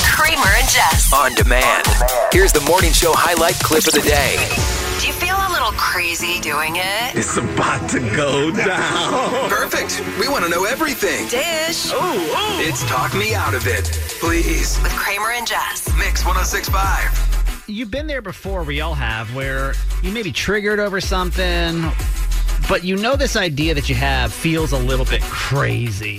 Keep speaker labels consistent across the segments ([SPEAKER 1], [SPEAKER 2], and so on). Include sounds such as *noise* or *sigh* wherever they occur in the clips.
[SPEAKER 1] Kramer and Jess.
[SPEAKER 2] On demand. Here's the morning show highlight clip of the day.
[SPEAKER 1] Do you feel a little crazy doing it?
[SPEAKER 3] It's about to go down.
[SPEAKER 2] Perfect. We want to know everything.
[SPEAKER 1] Dish
[SPEAKER 2] It's Talk Me Out of It. Please.
[SPEAKER 1] with Kramer and Jess.
[SPEAKER 2] Mix 1065.
[SPEAKER 4] you've been there before we all have where you may be triggered over something but you know this idea that you have feels a little bit crazy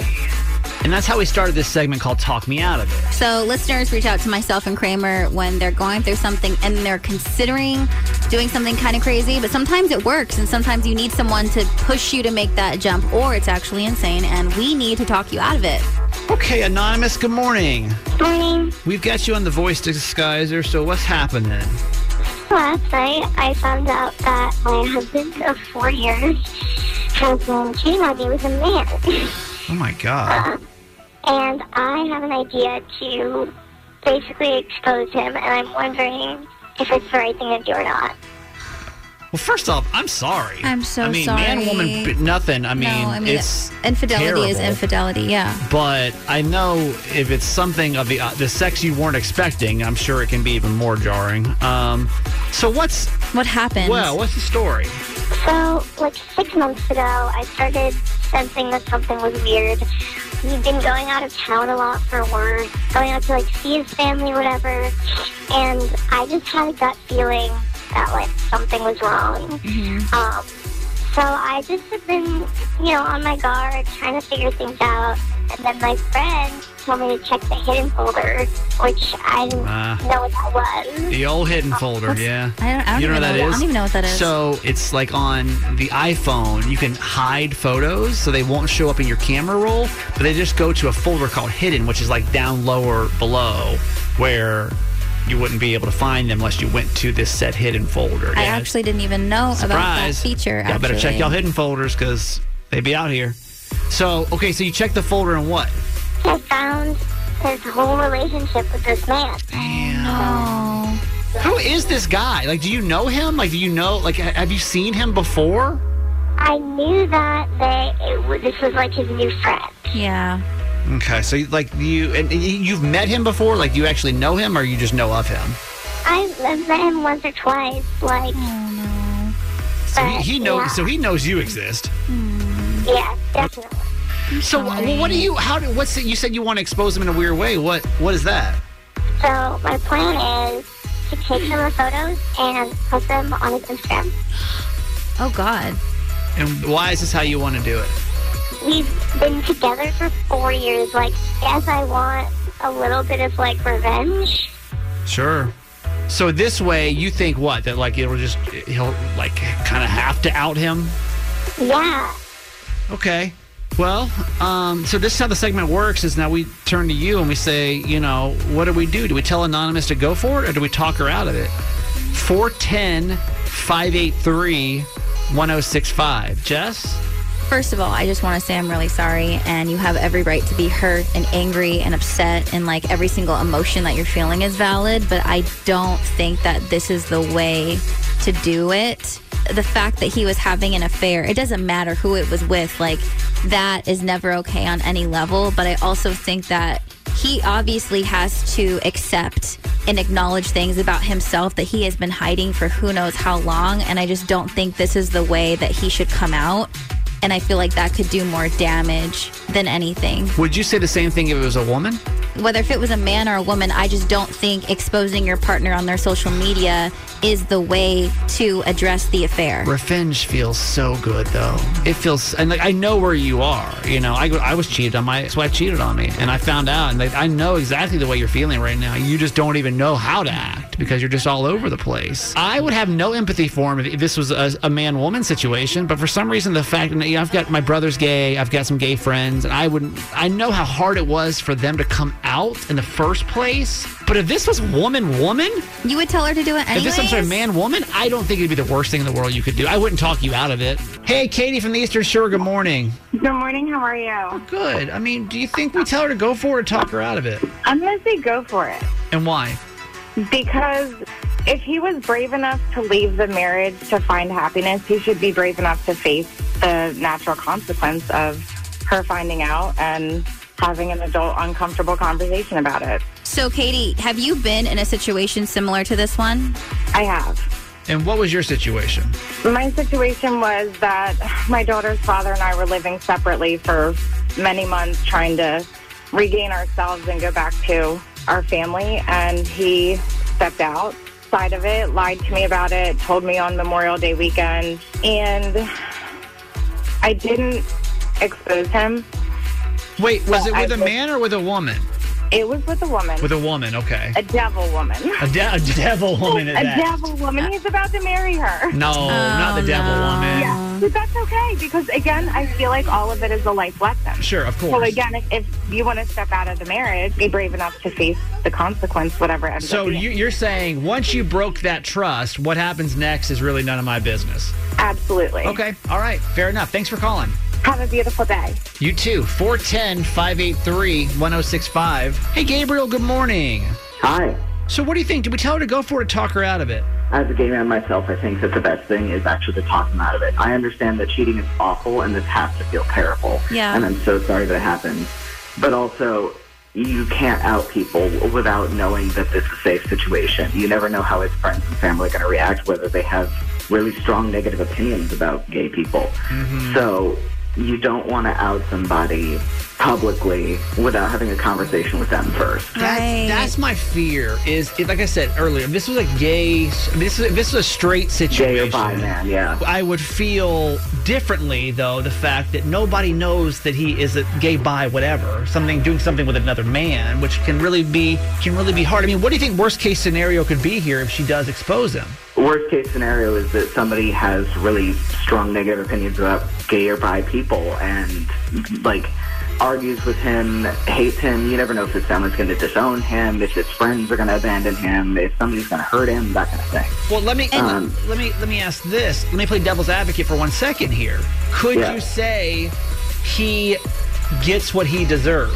[SPEAKER 4] and that's how we started this segment called talk me out of it
[SPEAKER 5] So listeners reach out to myself and Kramer when they're going through something and they're considering doing something kind of crazy, but sometimes it works and sometimes you need someone to push you to make that jump or it's actually insane and we need to talk you out of it.
[SPEAKER 4] okay anonymous good morning
[SPEAKER 6] morning.
[SPEAKER 4] we've got you on the voice disguiser so what's happening
[SPEAKER 6] Last night, I found out that my husband of four years has been cheating on me with a man. *laughs*
[SPEAKER 4] oh my god
[SPEAKER 6] And I have an idea to basically expose him, and I'm wondering if it's the right thing to do or not.
[SPEAKER 4] well first off i'm sorry
[SPEAKER 5] I'm so
[SPEAKER 4] i mean man
[SPEAKER 5] sorry.
[SPEAKER 4] woman b- nothing i mean,
[SPEAKER 5] no, I mean
[SPEAKER 4] it's
[SPEAKER 5] infidelity is
[SPEAKER 4] terrible.
[SPEAKER 5] infidelity, yeah.
[SPEAKER 4] but I know if it's something of the uh, the sex you weren't expecting, I'm sure it can be even more jarring. Um, so what's
[SPEAKER 5] What happened?
[SPEAKER 4] well, what's the story?
[SPEAKER 6] So, like six months ago, I started sensing that something was weird. We've been going out of town a lot for work, going out to like see his family, whatever. And I just had a gut feeling that like something was wrong. Um, so I just have been, you know, on my guard, trying to figure things out. And then my friend told me to check the hidden folder, which I didn't
[SPEAKER 4] Ah.
[SPEAKER 6] know what that was.
[SPEAKER 4] The old hidden folder,
[SPEAKER 5] Uh, What's-
[SPEAKER 4] yeah.
[SPEAKER 5] I don't- I don't
[SPEAKER 4] you know
[SPEAKER 5] even
[SPEAKER 4] what that
[SPEAKER 5] know- I
[SPEAKER 4] is.
[SPEAKER 5] don't even know what that is.
[SPEAKER 4] So it's like on the iPhone, you can hide photos so they won't show up in your camera roll, but they just go to a folder called hidden, which is like down lower below where you wouldn't be able to find them unless you went to this set hidden folder.
[SPEAKER 5] I
[SPEAKER 4] Yeah.
[SPEAKER 5] actually didn't even know about that
[SPEAKER 4] Surprise.
[SPEAKER 5] feature.
[SPEAKER 4] Y'all better check
[SPEAKER 5] actually.
[SPEAKER 4] y'all hidden folders because they be out here. So, okay, so you check the folder and what?
[SPEAKER 6] I found his whole relationship with this man.
[SPEAKER 5] Oh.
[SPEAKER 4] Who is this guy? Like, do you know him? Like, do you know, like, ha- have you seen him before?
[SPEAKER 6] I knew that they, it, w- this was like his new friend.
[SPEAKER 5] Yeah.
[SPEAKER 4] Okay, so, like, you, and y- you've met him before? Like, do you actually know him or you just know of him?
[SPEAKER 6] I I've met him once or twice, like,
[SPEAKER 5] Oh
[SPEAKER 4] So he,
[SPEAKER 6] But,
[SPEAKER 4] he knows,
[SPEAKER 6] yeah.
[SPEAKER 4] so he knows you exist.
[SPEAKER 6] yeah, definitely.
[SPEAKER 4] So, wh- well, what do you, how do, what's it, you said you want to expose him in a weird way. What, what is that?
[SPEAKER 6] So my plan is to take some of the photos and put them on his Instagram.
[SPEAKER 5] no. Oh God.
[SPEAKER 4] And why is this how you want to do it?
[SPEAKER 6] We've been together for four years. Like, yes, I want a little bit of like revenge.
[SPEAKER 4] Sure. So this way, you think what? That like it'll just he'll like kind of have to out him.
[SPEAKER 6] Yeah.
[SPEAKER 4] Okay. Well, um, so this is how the segment works. Is now we turn to you and we say, you know, what do we do? Do we tell anonymous to go for it, or do we talk her out of it? 410-583-1065. Jess.
[SPEAKER 5] First of all, I just want to say I'm really sorry, and you have every right to be hurt and angry and upset, and like every single emotion that you're feeling is valid, but I don't think that this is the way to do it. The fact that he was having an affair, it doesn't matter who it was with, like that is never okay on any level, but I also think that he obviously has to accept and acknowledge things about himself that he has been hiding for who knows how long. And I just don't think this is the way that he should come out. And I feel like that could do more damage than anything.
[SPEAKER 4] Would you say the same thing if it was a woman?
[SPEAKER 5] Whether if it was a man or a woman, I just don't think exposing your partner on their social media is the way to address the affair.
[SPEAKER 4] Revenge feels so good, though. It feels, and like I know where you are. You know, I go- I was cheated on my wife cheated on me, and I found out, and like I know exactly the way you're feeling right now. You just don't even know how to act because you're just all over the place. I would have no empathy for him if, if this was a, a man woman situation, but for some reason, the fact that you know, I've got my brother's gay, I've got some gay friends, and I would I know how hard it was for them to come out in the first place. But if this was woman woman,
[SPEAKER 5] You would tell her to do it
[SPEAKER 4] if
[SPEAKER 5] anyways?
[SPEAKER 4] this, I'm sorry, man, woman, I don't think it'd be the worst thing in the world you could do. I wouldn't talk you out of it. Hey, Katie from the Eastern Shore, good morning.
[SPEAKER 7] Good morning. How are you?
[SPEAKER 4] Good. I mean, do you think we tell her to go for it or talk her out of it?
[SPEAKER 7] I'm going to say go for it
[SPEAKER 4] And why?
[SPEAKER 7] because if he was brave enough to leave the marriage to find happiness, he should be brave enough to face the natural consequence of her finding out and having an adult uncomfortable conversation about it.
[SPEAKER 5] So, Katie, have you been in a situation similar to this one?
[SPEAKER 8] I have.
[SPEAKER 4] And what was your situation?
[SPEAKER 8] My situation was that my daughter's father and I were living separately for many months trying to regain ourselves and go back to our family. And he stepped out side of it, lied to me about it, told me on Memorial Day weekend. And I didn't expose him.
[SPEAKER 4] Wait, was it
[SPEAKER 8] I
[SPEAKER 4] with a
[SPEAKER 8] was-
[SPEAKER 4] man or with a woman?
[SPEAKER 8] It was with a woman,
[SPEAKER 4] With a woman, okay.
[SPEAKER 8] a devil woman.
[SPEAKER 4] *laughs* A, de- a devil woman at
[SPEAKER 8] *laughs* A
[SPEAKER 4] that.
[SPEAKER 8] devil woman. He's about to marry her.
[SPEAKER 4] No, not the devil woman.
[SPEAKER 8] Yeah, but that's okay because again, I feel like all of it is a life lesson.
[SPEAKER 4] Sure, of course.
[SPEAKER 8] So again, if, if you want to step out of the marriage, be brave enough to face the consequence, whatever. It ends
[SPEAKER 4] So
[SPEAKER 8] up being.
[SPEAKER 4] you, you're saying once you broke that trust, what happens next is really none of my business.
[SPEAKER 8] absolutely
[SPEAKER 4] Okay, all right, fair enough. Thanks for calling.
[SPEAKER 8] have a beautiful day.
[SPEAKER 4] You too. 410 583 1065. Hey, Gabriel, good morning.
[SPEAKER 9] Hi.
[SPEAKER 4] So, what do you think? Do we tell her to go for it or talk her out of it?
[SPEAKER 9] As a gay man myself, I think that the best thing is actually to talk them out of it. I understand that cheating is awful and this has to feel terrible.
[SPEAKER 5] Yeah.
[SPEAKER 9] And I'm so sorry that it happened. But also, you can't out people without knowing that this is a safe situation. You never know how his friends and family are going to react, whether they have really strong negative opinions about gay people. So you don't want to out somebody publicly without having a conversation with them first.
[SPEAKER 5] Right.
[SPEAKER 4] That's, that's my fear. Is it- like I said earlier, if this was a gay. This is this is a straight situation.
[SPEAKER 9] Gay or bi man, yeah.
[SPEAKER 4] I would feel differently though the fact that nobody knows that he is a gay bi whatever something doing something with another man which can really be can really be hard. I mean, what do you think worst case scenario could be here if she does expose him?
[SPEAKER 9] Worst case scenario is that somebody has really strong negative opinions about gay or bi people and like argues with him, hates him. You never know if his family's going to disown him, if his friends are going to abandon him, if somebody's going to hurt him, that kind of thing.
[SPEAKER 4] Well, let me
[SPEAKER 9] Um,
[SPEAKER 4] let me let me ask this. Let me play devil's advocate for one second here. Could
[SPEAKER 9] Yeah.
[SPEAKER 4] you say he gets what he deserves?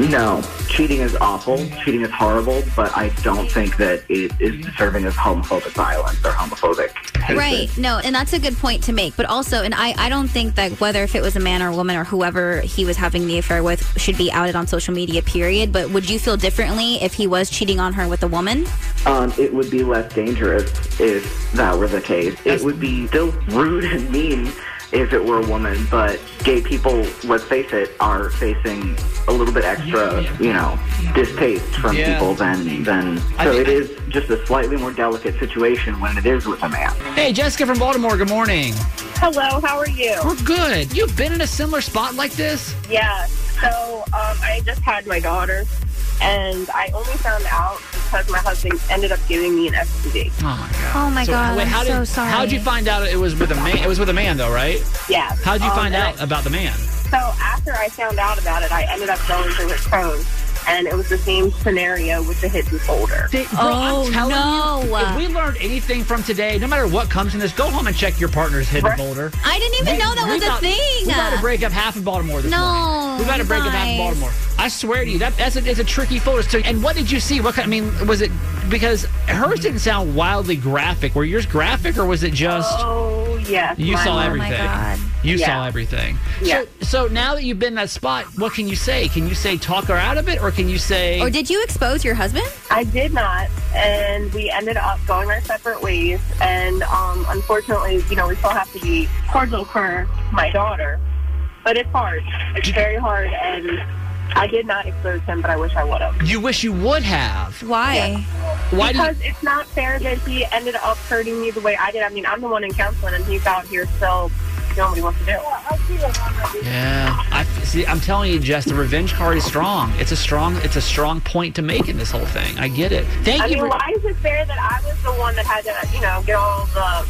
[SPEAKER 9] No, cheating is awful. Cheating is horrible, but I don't think that it is deserving of homophobic violence or homophobic hatred.
[SPEAKER 5] Right. No, and that's a good point to make. But also, and I, I don't think that whether if it was a man or a woman or whoever he was having the affair with should be outed on social media, period. But would you feel differently if he was cheating on her with a woman?
[SPEAKER 9] Um, it would be less dangerous if that were the case. It would be still rude and mean if it were a woman, but gay people, let's face it, are facing a little bit extra, you know, distaste from
[SPEAKER 4] Yeah.
[SPEAKER 9] people than than.
[SPEAKER 4] I
[SPEAKER 9] So
[SPEAKER 4] think-
[SPEAKER 9] it is just a slightly more delicate situation when it is with a man.
[SPEAKER 4] Hey, Jessica from Baltimore. Good morning.
[SPEAKER 10] Hello, how are you?
[SPEAKER 4] We're good. You've been in a similar spot like this?
[SPEAKER 10] Yeah, so um, I just had my daughter, and I only found out because my husband ended up giving me an STD.
[SPEAKER 4] Oh my god.
[SPEAKER 5] Oh my God.
[SPEAKER 4] wait, how
[SPEAKER 5] I'm
[SPEAKER 4] did,
[SPEAKER 5] so sorry.
[SPEAKER 4] How'd you find out it was with a man? It was with a man, though, right?
[SPEAKER 10] Yeah.
[SPEAKER 4] How'd
[SPEAKER 5] Oh,
[SPEAKER 4] you
[SPEAKER 10] Um,
[SPEAKER 4] find
[SPEAKER 10] and
[SPEAKER 4] out
[SPEAKER 10] I-
[SPEAKER 4] about the man?
[SPEAKER 10] so after I found out about it, I ended up going through his phone, and it was the same scenario with the hidden folder.
[SPEAKER 5] Oh, no.
[SPEAKER 4] If we learned anything from today, no matter what comes in this, go home and check your partner's hidden
[SPEAKER 10] Right.
[SPEAKER 4] folder.
[SPEAKER 5] I didn't even know that
[SPEAKER 4] We
[SPEAKER 5] was a
[SPEAKER 4] got-
[SPEAKER 5] thing.
[SPEAKER 4] We got to break up half of Baltimore this
[SPEAKER 5] No,
[SPEAKER 4] morning. We got to break up half of
[SPEAKER 5] guys.
[SPEAKER 4] Baltimore. I swear to you, that that's a, it's a tricky photo. So, and what did you see? What kind? I mean, was it because hers didn't sound wildly graphic? Were yours graphic, or was it just?
[SPEAKER 10] Oh, yes.
[SPEAKER 4] You
[SPEAKER 10] my
[SPEAKER 4] saw
[SPEAKER 10] mom.
[SPEAKER 4] everything.
[SPEAKER 5] God.
[SPEAKER 4] You
[SPEAKER 10] Yeah.
[SPEAKER 4] saw everything.
[SPEAKER 10] Yeah.
[SPEAKER 4] So, so now that you've been in that spot, what can you say? Can you say talk her out of it, or can you say?
[SPEAKER 5] Or Oh, did you expose your husband?
[SPEAKER 10] I did not, and we ended up going our separate ways. And um, unfortunately, you know, we still have to be cordial for my daughter, but it's hard. It's very hard, and I did not expose him, but I wish I would have.
[SPEAKER 4] you wish you would have.
[SPEAKER 5] Why?
[SPEAKER 4] Why do you?
[SPEAKER 10] Because it's not fair that he ended up hurting me the way I did. I mean, I'm the one in counseling, and he's out here still doing what he wants to do.
[SPEAKER 4] Yeah, I f- see. I'm telling you, Jess, the revenge card is strong. It's a strong. It's a strong point to make in this whole thing. I get it. Thank
[SPEAKER 10] I
[SPEAKER 4] you.
[SPEAKER 10] mean,
[SPEAKER 4] for-
[SPEAKER 10] why is it fair that I was the one that had to, you know, get all the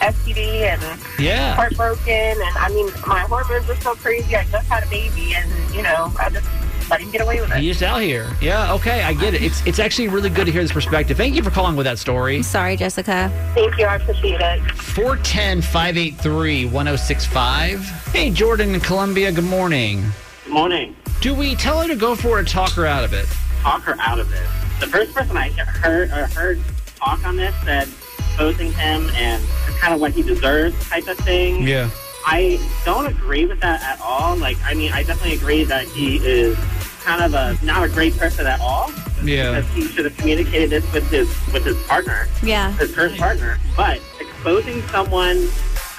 [SPEAKER 10] STD and
[SPEAKER 4] yeah.
[SPEAKER 10] heartbroken and I mean my hormones were so crazy. I just had a baby and you know, I just let him get away with it.
[SPEAKER 4] You're just out here. Yeah. Okay. I get it. It's it's actually really good to hear this perspective. Thank you for calling with that story.
[SPEAKER 5] I'm sorry, Jessica.
[SPEAKER 10] Thank you, I appreciate it.
[SPEAKER 4] 410 583 1065. Hey, Jordan in Columbia, good morning.
[SPEAKER 11] Morning.
[SPEAKER 4] Do we tell her to go for it or talk her out of it?
[SPEAKER 11] Talk her out of this. The first person I heard or heard talk on this said exposing him and kind of what he deserves type of thing.
[SPEAKER 4] Yeah.
[SPEAKER 11] I don't agree with that at all. Like, I mean, I definitely agree that he is kind of a not a great person at all.
[SPEAKER 4] Yeah.
[SPEAKER 10] because he should have communicated this with his with his partner,
[SPEAKER 5] Yeah.
[SPEAKER 10] his first partner. But exposing someone,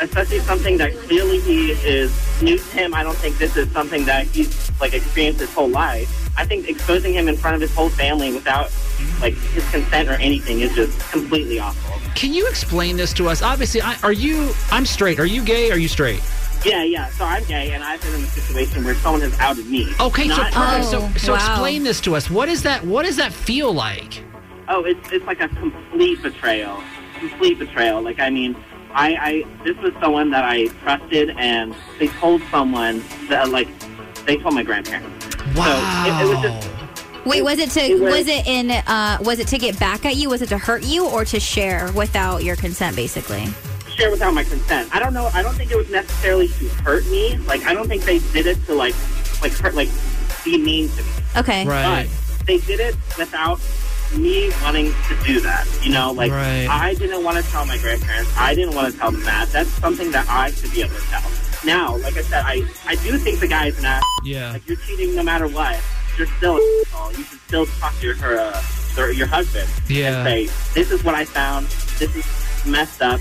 [SPEAKER 10] especially something that clearly he is new to him, I don't think this is something that he's like experienced his whole life. I think exposing him in front of his whole family without like his consent or anything is just completely awful.
[SPEAKER 4] Can you explain this to us? Obviously, I, are you? I'm straight. Are you gay? Are you straight?
[SPEAKER 10] Yeah, yeah. So I'm gay, and I've been in a situation where someone has outed me.
[SPEAKER 4] Okay, so
[SPEAKER 10] Not her.
[SPEAKER 4] perfect. so, so
[SPEAKER 5] wow.
[SPEAKER 4] explain this to us. What is that? What does that feel like?
[SPEAKER 10] Oh, it's it's like a complete betrayal. Complete betrayal. Like I mean, I, I this was someone that I trusted, and they told someone that like they told my grandparents.
[SPEAKER 4] Wow.
[SPEAKER 10] So it, it was just
[SPEAKER 5] Wait, was it to
[SPEAKER 10] It was-
[SPEAKER 5] was it in uh was it to get back at you? Was it to hurt you or to share without your consent basically?
[SPEAKER 10] share without my consent. I don't know. I don't think it was necessarily to hurt me. Like I don't think they did it to like like hurt like be mean to me.
[SPEAKER 5] Okay.
[SPEAKER 4] right.
[SPEAKER 10] But they did it without me wanting to do that. You know, like
[SPEAKER 4] Right.
[SPEAKER 10] I didn't want to tell my grandparents. I didn't want to tell them that. That's something that I should be able to tell. Now, like I said, I, I do think the guy is an ass.
[SPEAKER 4] Yeah.
[SPEAKER 10] Like you're cheating no matter what. You're still an asshole. You should still talk to your her, uh, their, your husband
[SPEAKER 4] Yeah.
[SPEAKER 10] and say, "This is what I found. This is messed up,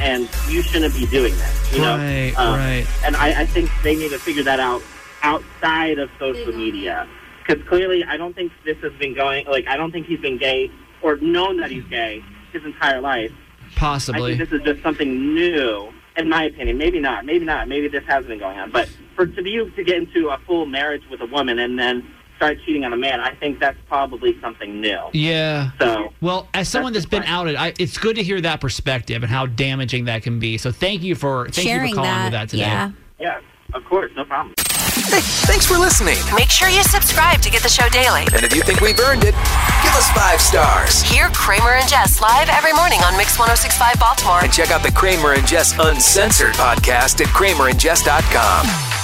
[SPEAKER 10] and you shouldn't be doing this." You
[SPEAKER 4] Right,
[SPEAKER 10] know, Um,
[SPEAKER 4] right.
[SPEAKER 10] And I, I think they need to figure that out outside of social media because clearly, I don't think this has been going. Like, I don't think he's been gay or known that he's gay his entire life. I
[SPEAKER 4] Possibly.
[SPEAKER 10] think this is just something new, in my opinion. Maybe not. Maybe not. Maybe this has been going on. But for to be to get into a full marriage with a woman and then start cheating on a man, I think that's probably something new.
[SPEAKER 4] Yeah.
[SPEAKER 10] So
[SPEAKER 4] Well, as someone that's
[SPEAKER 10] That's
[SPEAKER 4] been
[SPEAKER 10] fine.
[SPEAKER 4] outed, I, it's good to hear that perspective and how damaging that can be. So thank you for thank
[SPEAKER 5] Sharing
[SPEAKER 4] you for calling
[SPEAKER 5] that.
[SPEAKER 4] with that today.
[SPEAKER 5] Yeah.
[SPEAKER 10] yeah, of course, no problem.
[SPEAKER 2] Hey, thanks for listening.
[SPEAKER 1] Make sure you subscribe to get the show daily.
[SPEAKER 2] And if you think we've earned it, give us five stars.
[SPEAKER 1] Hear Kramer and Jess live every morning on Mix 1065 Baltimore.
[SPEAKER 2] And check out the Kramer and Jess Uncensored podcast at kramerandjess.com.